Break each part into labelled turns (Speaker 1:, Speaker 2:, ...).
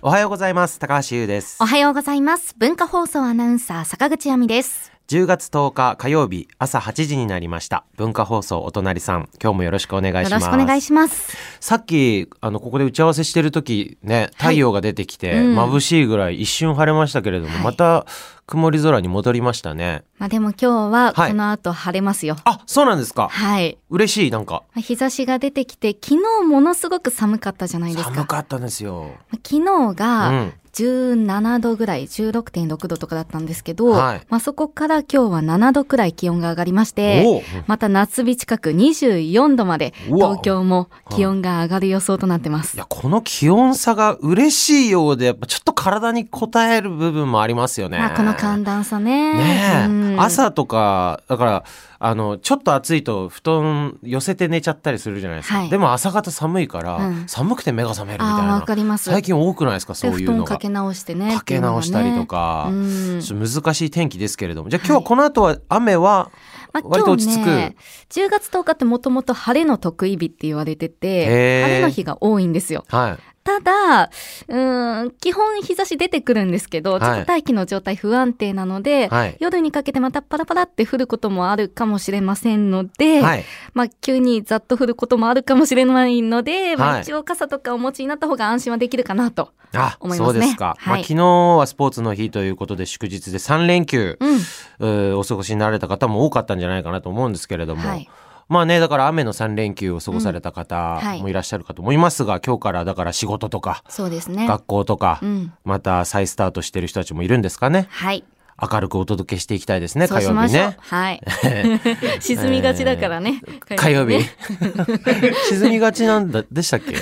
Speaker 1: おはようございます高橋優です
Speaker 2: おはようございます。文化放送アナウンサー坂口亜美です。
Speaker 1: 10月10日火曜日朝8時になりました文化放送お隣さん今日もよろしくお願い
Speaker 2: よ
Speaker 1: しま
Speaker 2: ろ
Speaker 1: す
Speaker 2: しくお願いします。
Speaker 1: さっきあのここで打ち合わせしてる時ね太陽が出てきて、
Speaker 2: うん
Speaker 1: 眩しいぐらい一瞬晴れましたけれども、
Speaker 2: はい
Speaker 1: また曇り空に戻りましたね
Speaker 2: まあでも今日は
Speaker 1: はい
Speaker 2: この後晴れますよ。
Speaker 1: あそうなんですか
Speaker 2: はい。
Speaker 1: 嬉しいなんか
Speaker 2: まあ日差しが出てきて、昨日ものすごく寒かったじゃないですか。
Speaker 1: 寒かったんですよ
Speaker 2: まあ昨日
Speaker 1: う
Speaker 2: が
Speaker 1: ん
Speaker 2: 17度ぐらい、16.6度とかだったんですけど、
Speaker 1: はい
Speaker 2: まあそこから今日は7度くらい気温が上がりまして、
Speaker 1: おう
Speaker 2: また夏日近く24度まで、
Speaker 1: うわ
Speaker 2: 東京も気温が上がる予想となってま
Speaker 1: い
Speaker 2: す。
Speaker 1: やこの気温差が嬉しいようでやっぱちょっと体に応える部分もありますよね。
Speaker 2: まあこの寒暖差ね。
Speaker 1: ねえ、
Speaker 2: うん
Speaker 1: 朝とかだからあのちょっと暑いと布団寄せて寝ちゃったりするじゃないですか、
Speaker 2: はい
Speaker 1: でも朝方寒いから、
Speaker 2: うん
Speaker 1: 寒くて目が覚めるみたい
Speaker 2: あー
Speaker 1: な
Speaker 2: わかります。
Speaker 1: 最近多くないですか
Speaker 2: で
Speaker 1: そうい
Speaker 2: 布
Speaker 1: う
Speaker 2: 団
Speaker 1: の
Speaker 2: か
Speaker 1: が
Speaker 2: け直してね。
Speaker 1: かけ直したりと
Speaker 2: っ
Speaker 1: か
Speaker 2: ていうのがね。うん
Speaker 1: ちょっと難しい天気ですけれどもじゃあ今日はこの後は雨は、
Speaker 2: まあ、
Speaker 1: 割と
Speaker 2: 今日
Speaker 1: 落ち着く
Speaker 2: ね、10月10日ってもともと晴れの得意日って言われて
Speaker 1: へー
Speaker 2: て、晴れの日が多いんですよ。
Speaker 1: はい
Speaker 2: ただ、うーん、基本日差し出てくるんですけ
Speaker 1: は
Speaker 2: ど、
Speaker 1: い
Speaker 2: ちょっと大気の状態不安定なので、
Speaker 1: はい
Speaker 2: 夜にかけてまたパラパラって降ることもあるかもしれませんので、
Speaker 1: はい
Speaker 2: まあ急にざっと降ることもあるかもしれないので、ま
Speaker 1: は
Speaker 2: あ
Speaker 1: い
Speaker 2: 一応傘とかお持ちになった方が安心はできるかなと。
Speaker 1: あ、
Speaker 2: 思いま
Speaker 1: そ
Speaker 2: す
Speaker 1: う
Speaker 2: ね
Speaker 1: ですか、まあ、
Speaker 2: はい
Speaker 1: 昨日はスポーツの日ということで祝日で3連休、
Speaker 2: うん。
Speaker 1: うーお過ごしになられた方も多かったんじゃないかなと思うんですけれども、
Speaker 2: はい
Speaker 1: まあねだから雨の3連休を過ごされた方
Speaker 2: うんはい
Speaker 1: もいらっしゃるかと思いますが、今日からだから仕事とか
Speaker 2: そうですね。
Speaker 1: 学校とか、
Speaker 2: うん。
Speaker 1: また再スタートしてる人たちもいるんですかね
Speaker 2: はい。
Speaker 1: 明るくお届けしていきたいですね
Speaker 2: そう
Speaker 1: 火
Speaker 2: し
Speaker 1: 曜
Speaker 2: ま
Speaker 1: 日
Speaker 2: しょう
Speaker 1: ね。
Speaker 2: はい。 沈みがちだからね。
Speaker 1: 火曜日
Speaker 2: ね
Speaker 1: 沈みがちなんだでしたっけ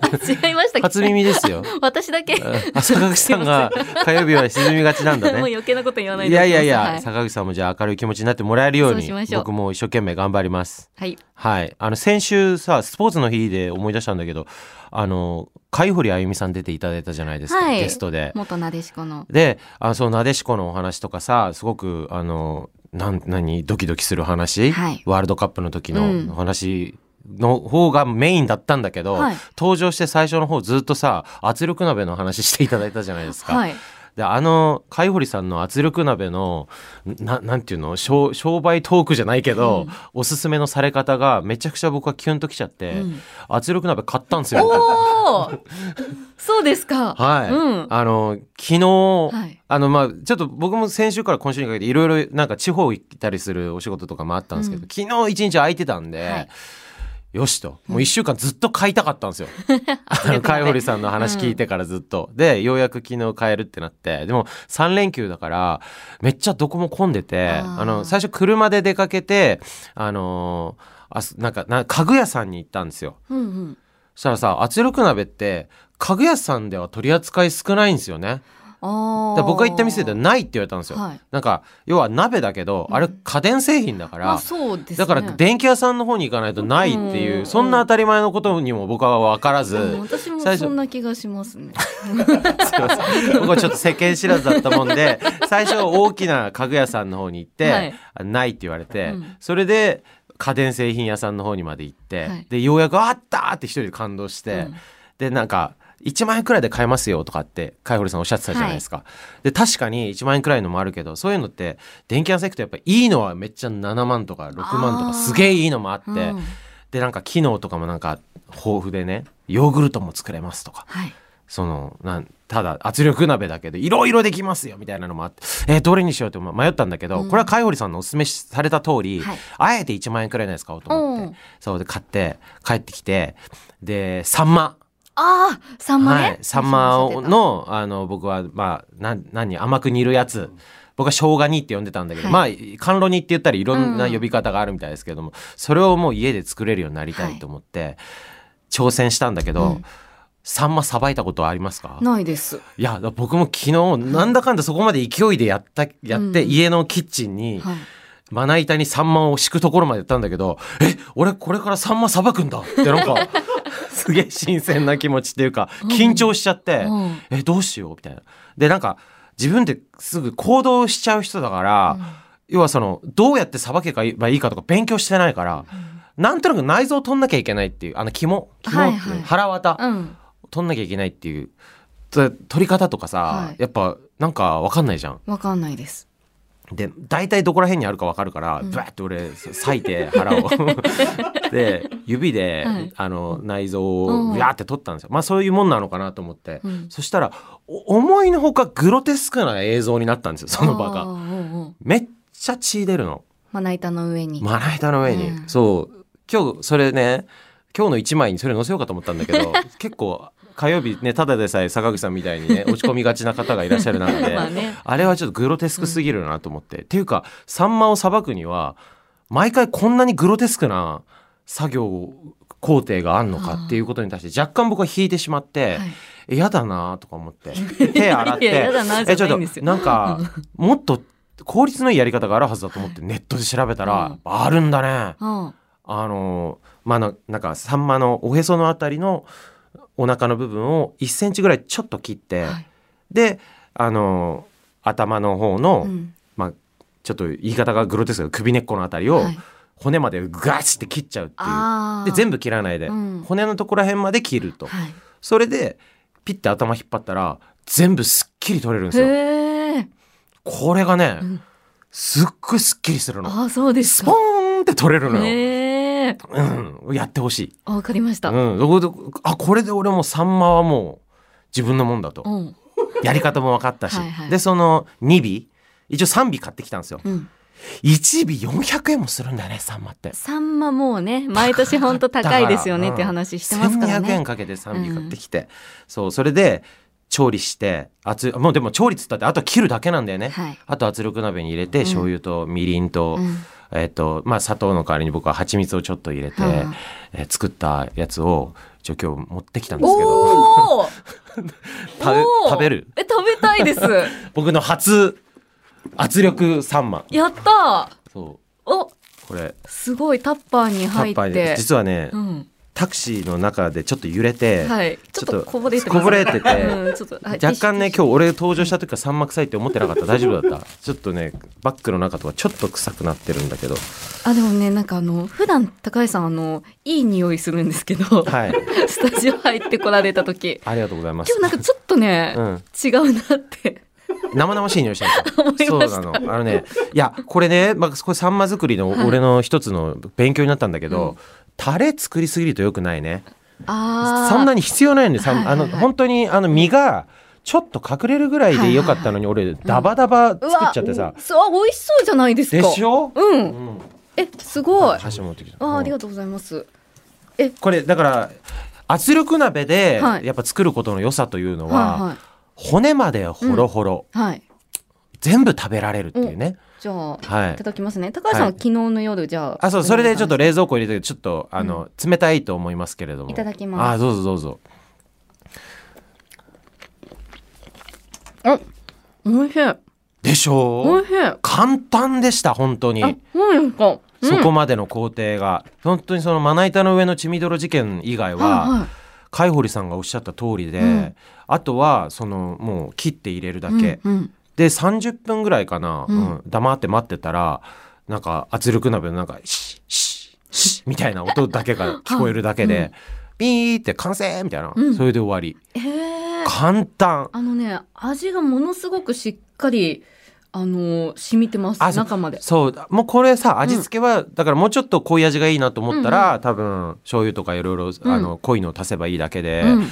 Speaker 2: あ 違いましたっ
Speaker 1: 初
Speaker 2: け
Speaker 1: 耳ですよ
Speaker 2: 私だけ。も
Speaker 1: あ坂口さんが火曜日は沈みがちなん
Speaker 2: う
Speaker 1: だね
Speaker 2: 余計なこと言わない
Speaker 1: い
Speaker 2: で
Speaker 1: やいやいや、
Speaker 2: はい。
Speaker 1: 坂口さんもじゃあ明るい気持ちになってもらえるように
Speaker 2: そうしましょう
Speaker 1: 僕も一生懸命頑張ります
Speaker 2: はい
Speaker 1: はいあの先週さスポーツの日で思い出したんだけどあの海堀あゆみさん出ていただいたじゃないですか、
Speaker 2: はい
Speaker 1: ゲストで
Speaker 2: 元なでしこの。
Speaker 1: であそうなでしこのお話とかさすごくあのなん何ドキドキする話、
Speaker 2: はい
Speaker 1: ワールドカップの時
Speaker 2: うん
Speaker 1: のお話の方がメインだったんだけど、
Speaker 2: はい
Speaker 1: 登場して最初の方ずっとさ圧力鍋の話していただいたじゃないですか、
Speaker 2: はい。
Speaker 1: であの海堀さんの圧力鍋のななんていうの商商売トークじゃないけど、
Speaker 2: うん
Speaker 1: おすすめのされ方がめちゃくちゃ僕はキュンときちゃって、
Speaker 2: うん
Speaker 1: 圧力鍋買ったんですよ。
Speaker 2: おお。そうですか。
Speaker 1: はい、
Speaker 2: うん。
Speaker 1: あの昨日、
Speaker 2: はい。
Speaker 1: あのまあちょっと僕も先週から今週にかけていろいろなんか地方行ったりするお仕事とかもあったんですけど、
Speaker 2: うん
Speaker 1: 昨日一日空いてたんで、
Speaker 2: はい
Speaker 1: よしともう1週間ずっと買いたかったんですよ。 あの海堀さんの話聞いてからずっと、でようやく昨日買えるってなってでも3連休だからめっちゃどこも混んでて
Speaker 2: あ
Speaker 1: あ
Speaker 2: ー
Speaker 1: の最初車で出かけてあのーあすなんかな家具屋さんに行ったんですよ。
Speaker 2: うんうん。
Speaker 1: そしたらさ圧力鍋って家具屋さんでは取り扱い少ないんですよね。
Speaker 2: あ
Speaker 1: だから
Speaker 2: あ。
Speaker 1: 僕が行った店でないって言われたんですよ。
Speaker 2: はい。
Speaker 1: なんか要は鍋だけど、
Speaker 2: うん
Speaker 1: あれ家電製品だから、
Speaker 2: まあそうですね。
Speaker 1: だから電気屋さんの方に行かないとないっていう、
Speaker 2: うん
Speaker 1: そんな当たり前のことにも僕は分からず、
Speaker 2: うん私も
Speaker 1: 最初
Speaker 2: そんな気がしますね。
Speaker 1: すいませ ん僕はちょっと世間知らずだったもん で最初大きな家具屋さんの方に行って、
Speaker 2: はい
Speaker 1: あないって言われて、
Speaker 2: うん
Speaker 1: それで家電製品屋さんの方にまで行って、
Speaker 2: はい
Speaker 1: でようやく「あった!」って一人で感動して、
Speaker 2: うん
Speaker 1: でなんか1万円くらいで買えますよとかって海堀さんおっしゃってたじゃないですか、で確かに1万円くらいのもあるけどそういうのって電気屋さん行くとやっぱいいのはめっちゃ7万とか6万と
Speaker 2: あー
Speaker 1: かすげえいいのもあって、
Speaker 2: うん
Speaker 1: でなんか機能とかもなんか豊富でねヨーグルトも作れますとか
Speaker 2: はい。
Speaker 1: そのなんただ圧力鍋だけどいろいろできますよみたいなのもあって、えーどれにしようって迷ったんだけど、
Speaker 2: うん
Speaker 1: これは海堀さんのおすすめされた通り、
Speaker 2: はい
Speaker 1: あえて1万円くらいのやつ買おうと思っ
Speaker 2: うん
Speaker 1: てそうで買って帰ってきてでサンマ。
Speaker 2: ああ、サンマね。
Speaker 1: はい、サンマのあの僕は、まあ、なん何甘く煮るやつ僕は生姜煮って呼んでたんだけど、
Speaker 2: は
Speaker 1: まあ甘露煮って言ったらいろん
Speaker 2: う
Speaker 1: なん
Speaker 2: うん
Speaker 1: 呼び方があるみたいですけども、それをもう家で作れるようになりたいと思って、挑戦したんだけど、
Speaker 2: うん
Speaker 1: サンマさばいたことはありますか
Speaker 2: ないです。
Speaker 1: いや僕も昨日なんだかんだそこまで勢いでやったやって、
Speaker 2: うん
Speaker 1: 家のキッチンに
Speaker 2: はい。
Speaker 1: まな板にサンマを敷くところまでやったんだけどえ俺これからサンマさばくんだってなん かすげえ新鮮な気持ちっていうか緊張しちゃって、
Speaker 2: うん
Speaker 1: えどうしようみたいな。でなんか自分ですぐ行動しちゃう人だから、要はそのどうやってさばけばいいかとか勉強してないから、なんとなく内臓を取んなきゃいけないっていうあの肝肝っていう、
Speaker 2: はいはい
Speaker 1: 腹渡
Speaker 2: うん。
Speaker 1: 取んなきゃいけないっていうと取り方とかさ、
Speaker 2: はい
Speaker 1: やっぱなんかわかんないじゃん。
Speaker 2: わかんないです。
Speaker 1: で大体どこら辺にあるかわかるから、
Speaker 2: うん
Speaker 1: ブワッて俺裂いて腹 をで指で、
Speaker 2: はい
Speaker 1: あの内臓
Speaker 2: うん
Speaker 1: をビャーって取ったんですよまあそういうもんなのかなと思って、
Speaker 2: うん
Speaker 1: そしたらお思いのほかグロテスクな映像になったんですよその場
Speaker 2: あー
Speaker 1: が
Speaker 2: うんうん
Speaker 1: めっちゃ血出るの
Speaker 2: まな板の上に。
Speaker 1: まな板の上に、
Speaker 2: うん
Speaker 1: そう今日それね今日の一枚にそれ載せようかと思ったんだけ ど結構火曜日ねただでさえ坂口さんみたいに ね落ち込みがちな方がいらっしゃる中で
Speaker 2: まあね。
Speaker 1: あれはちょっとグロテスクすぎるなと思って。っていうか、サンマをさばくには、毎回こんなにグロテスクな作業工程があんのかっていうことに対して、若干僕は引いてしまって、
Speaker 2: はい
Speaker 1: えやだなとか思 って。で手洗っ
Speaker 2: いやや
Speaker 1: て、
Speaker 2: だなじ
Speaker 1: え、
Speaker 2: ゃ
Speaker 1: ちょっ
Speaker 2: ないんです
Speaker 1: と、
Speaker 2: よ。
Speaker 1: なんか、もっと効率のいいやり方があるはずだと思ってネットで調べた
Speaker 2: う
Speaker 1: ら
Speaker 2: ん、
Speaker 1: あるんだね。
Speaker 2: うん
Speaker 1: あのまあななんかサンマのおへそのあたりのお腹の部分を1センチぐらいちょっと切って、
Speaker 2: はい
Speaker 1: であの頭の方の、
Speaker 2: うん
Speaker 1: まあちょっと言い方がグロテスクだけど首根っこのあたりを
Speaker 2: はい
Speaker 1: 骨までガチって切っちゃうっていう、
Speaker 2: あ
Speaker 1: で全
Speaker 2: 部
Speaker 1: 部切らないで、
Speaker 2: うん
Speaker 1: 骨のところら辺まで切ると、
Speaker 2: はい。
Speaker 1: それでピッて頭引っ張ったら全部すっきり取れるんですよ
Speaker 2: へえ。
Speaker 1: これがね、
Speaker 2: うん
Speaker 1: すっごいすっきりするの
Speaker 2: ああそうです
Speaker 1: ス
Speaker 2: か
Speaker 1: ポ。ーンって取れるのよ、
Speaker 2: へえ。
Speaker 1: うん、やってほしい
Speaker 2: あわかりました。うん。
Speaker 1: うん、そこであこれで俺もサンマはもう自分のもんだと
Speaker 2: うん。
Speaker 1: やり方も分かったし
Speaker 2: はいはい
Speaker 1: でその2尾一応3尾買ってきたんですよ1尾400円もするんだよねサンマって
Speaker 2: サンマもうね毎年本当高いです よねっていう話してますから
Speaker 1: 1200円
Speaker 2: ね。
Speaker 1: かけて3尾買ってきて、そうそれで調理して熱いもうでも調理っつったってあとは切るだけなんだよね、
Speaker 2: はい。
Speaker 1: あと圧力鍋に入れて醤油とみりんと、
Speaker 2: うん
Speaker 1: えっとまあ、砂糖の代わりに僕は蜂蜜をちょっと入れて、
Speaker 2: はいはい
Speaker 1: えー作ったやつを一応今日持ってきたんですけど
Speaker 2: おお。
Speaker 1: 食べ
Speaker 2: おー
Speaker 1: 食べる
Speaker 2: え食べたいです。
Speaker 1: 僕の初圧力サンマ
Speaker 2: やった
Speaker 1: そ
Speaker 2: ー。お
Speaker 1: うこれ
Speaker 2: すごいタッパーに
Speaker 1: タ
Speaker 2: 入
Speaker 1: ッ
Speaker 2: っ
Speaker 1: パー
Speaker 2: て
Speaker 1: に。実はね、
Speaker 2: うん。
Speaker 1: タクシーの中でちょっと揺れて、
Speaker 2: はい。ち
Speaker 1: ちょっ
Speaker 2: ょっ
Speaker 1: と
Speaker 2: とこぼれてます
Speaker 1: こぼれてて
Speaker 2: うんちょっとはい
Speaker 1: 若干ね
Speaker 2: ティッシュ
Speaker 1: 今日俺登場した時は三幕臭いって思ってなかった大丈夫だったちょっとねバッグの中とかちょっと臭くなってるんだけど
Speaker 2: あでもねなんかあの普段高橋さんあのいい匂いするんですけど、
Speaker 1: はい
Speaker 2: スタジオ入ってこられた時
Speaker 1: ありがとうございま
Speaker 2: 今
Speaker 1: す
Speaker 2: 日なんかちょっとね、
Speaker 1: うん
Speaker 2: 違うなって
Speaker 1: 生々しい匂いしてるんですよ
Speaker 2: 思いまし
Speaker 1: そ
Speaker 2: た
Speaker 1: うなのあのねいやこれね、まあ、これサンマ作りの俺の一つの勉強になったんだけど、
Speaker 2: うん
Speaker 1: タレ作りすぎるとよくないね
Speaker 2: あー
Speaker 1: そんなに必要ないんで、さん
Speaker 2: はいはいはい
Speaker 1: あの本当にあの身がちょっと隠れるぐらいでよかったのに、俺ダバダバ作っちゃってさ、
Speaker 2: うわそう美味しそうじゃないです
Speaker 1: で
Speaker 2: か
Speaker 1: しょ？
Speaker 2: う
Speaker 1: うんん。
Speaker 2: えすごい
Speaker 1: 箸持ってきた。
Speaker 2: あありが
Speaker 1: と
Speaker 2: とうございます
Speaker 1: うん。これだから圧力鍋で
Speaker 2: はい
Speaker 1: やっぱ作ることの良さというのは、
Speaker 2: は
Speaker 1: 骨までホロホロ、
Speaker 2: いはいはい
Speaker 1: 全部食べられるっていうね。
Speaker 2: じゃあ
Speaker 1: はい
Speaker 2: いた。だきますね高橋さんは
Speaker 1: はい
Speaker 2: 昨日の夜じゃあ
Speaker 1: あそうそれでちょっと
Speaker 2: レ
Speaker 1: 冷蔵庫入れてちょっとあの、冷たいと思いますけれども。
Speaker 2: いただきます
Speaker 1: あどうぞどうぞ。
Speaker 2: おいしい
Speaker 1: でし
Speaker 2: お
Speaker 1: ょ
Speaker 2: い？しいあ
Speaker 1: 簡単でした本当に。
Speaker 2: そうですかうん
Speaker 1: そこまでの工程が、本当にそのまな板の上の血みどろ事件以外は、
Speaker 2: は
Speaker 1: 海堀さんがおっしゃった通りで、
Speaker 2: うん
Speaker 1: あとはそのもう切って入れるだ
Speaker 2: い
Speaker 1: け、
Speaker 2: はいうんうん
Speaker 1: で30分ぐらいかな、う
Speaker 2: うんん
Speaker 1: 黙って待ってたらなんか圧力鍋のなんかシッシッシッみたいな音だけが聞こえるだけで、
Speaker 2: うん
Speaker 1: ピーって完成みたいな、
Speaker 2: うん
Speaker 1: それで終わり
Speaker 2: えー
Speaker 1: 簡単
Speaker 2: あのね、味がものすごくしっかり、あのー染みてます、
Speaker 1: あそう
Speaker 2: 中まで。
Speaker 1: そうもうこれさ味付けは、だからもうちょっと濃い味がいいなと思ったら、
Speaker 2: うん
Speaker 1: 多分醤油とかいろいろあの濃いの足せばいいだけで、
Speaker 2: うん、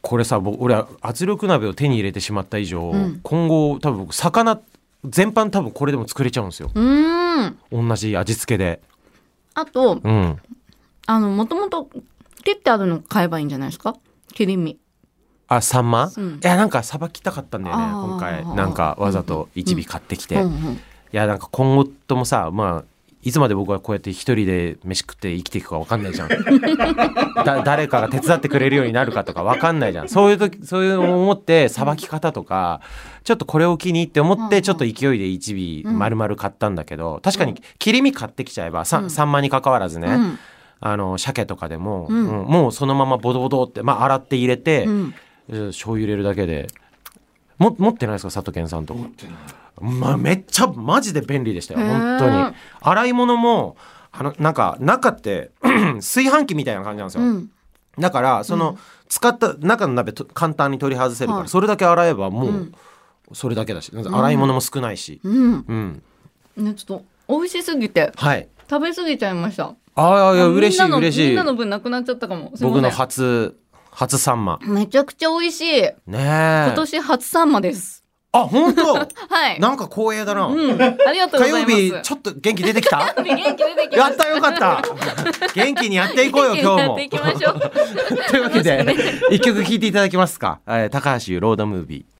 Speaker 1: これさ僕俺は圧力鍋を手に入れてしまった以上、
Speaker 2: うん
Speaker 1: 今後多分僕魚全般多分これでも作れちゃうんですよ
Speaker 2: うーん。
Speaker 1: 同じ味付けで
Speaker 2: あと、
Speaker 1: うん
Speaker 2: あの、もともと切ってあるの買えばいいんじゃないですか切り身。
Speaker 1: あサンマ、
Speaker 2: うん
Speaker 1: いやなんかさばきたかったんだよね
Speaker 2: あー
Speaker 1: 今回なんかわざと一尾買ってきて、
Speaker 2: うんう
Speaker 1: い
Speaker 2: ん、
Speaker 1: やなんか今後ともさまあいつまで僕はこうやって一人で飯食って生きていくか分かんないじ ゃんだ誰かが手伝ってくれるようになるかとか分かんないじゃんそういう時そういうのを思ってさばき方とかちょっとこれを機にって思っ
Speaker 2: うんう
Speaker 1: て
Speaker 2: ん
Speaker 1: ちょっと勢いで一尾
Speaker 2: うん
Speaker 1: 丸々買ったんだけど確かに切り身買ってきちゃえばさ
Speaker 2: うん
Speaker 1: サンマに関わらずね、
Speaker 2: うん
Speaker 1: あの鮭とかでも、
Speaker 2: うん
Speaker 1: うんもうそのままボドボドって、まあ、洗って入れて、
Speaker 2: うん。
Speaker 1: 醤油入れるだけでも持ってないですか佐藤健さんと持ってない、まあ、めっちゃマジで便利でしたよ
Speaker 2: へ
Speaker 1: 本
Speaker 2: ー
Speaker 1: 当に洗い物もあのなんか中って 炊飯器みたいな感じなんです
Speaker 2: う
Speaker 1: よ、
Speaker 2: ん。
Speaker 1: だからその、
Speaker 2: うん
Speaker 1: 使った中の鍋と簡単に取り外せるから、
Speaker 2: はい
Speaker 1: それだけ洗えばもう、
Speaker 2: うん
Speaker 1: それだけだし洗い物も少ないし、
Speaker 2: うん。
Speaker 1: うん
Speaker 2: ね、ちょっと、美味しすぎて、
Speaker 1: はい
Speaker 2: 食べ過ぎちゃいました。
Speaker 1: ああいや
Speaker 2: あ
Speaker 1: 嬉し
Speaker 2: み
Speaker 1: い
Speaker 2: んなの
Speaker 1: 嬉し
Speaker 2: みん
Speaker 1: い
Speaker 2: なの分なくなっちゃったかも。すいませ
Speaker 1: 僕
Speaker 2: ん
Speaker 1: の初初サンマ
Speaker 2: めちゃくちゃ美味しい。
Speaker 1: ねえ
Speaker 2: 今年初サンマです。
Speaker 1: あ本当
Speaker 2: はい。
Speaker 1: なんか光栄だな、
Speaker 2: うん。ありがとうご
Speaker 1: 火
Speaker 2: ざい
Speaker 1: 曜
Speaker 2: ます。
Speaker 1: 日ちょっと元気出て きた
Speaker 2: 元気出てきま
Speaker 1: や
Speaker 2: し。
Speaker 1: ったたよかった元気にやっていこうよ今日も
Speaker 2: 元気になっていきましょう。
Speaker 1: というわけで、一曲聴いていただきますか。えー高橋優ロードムービー。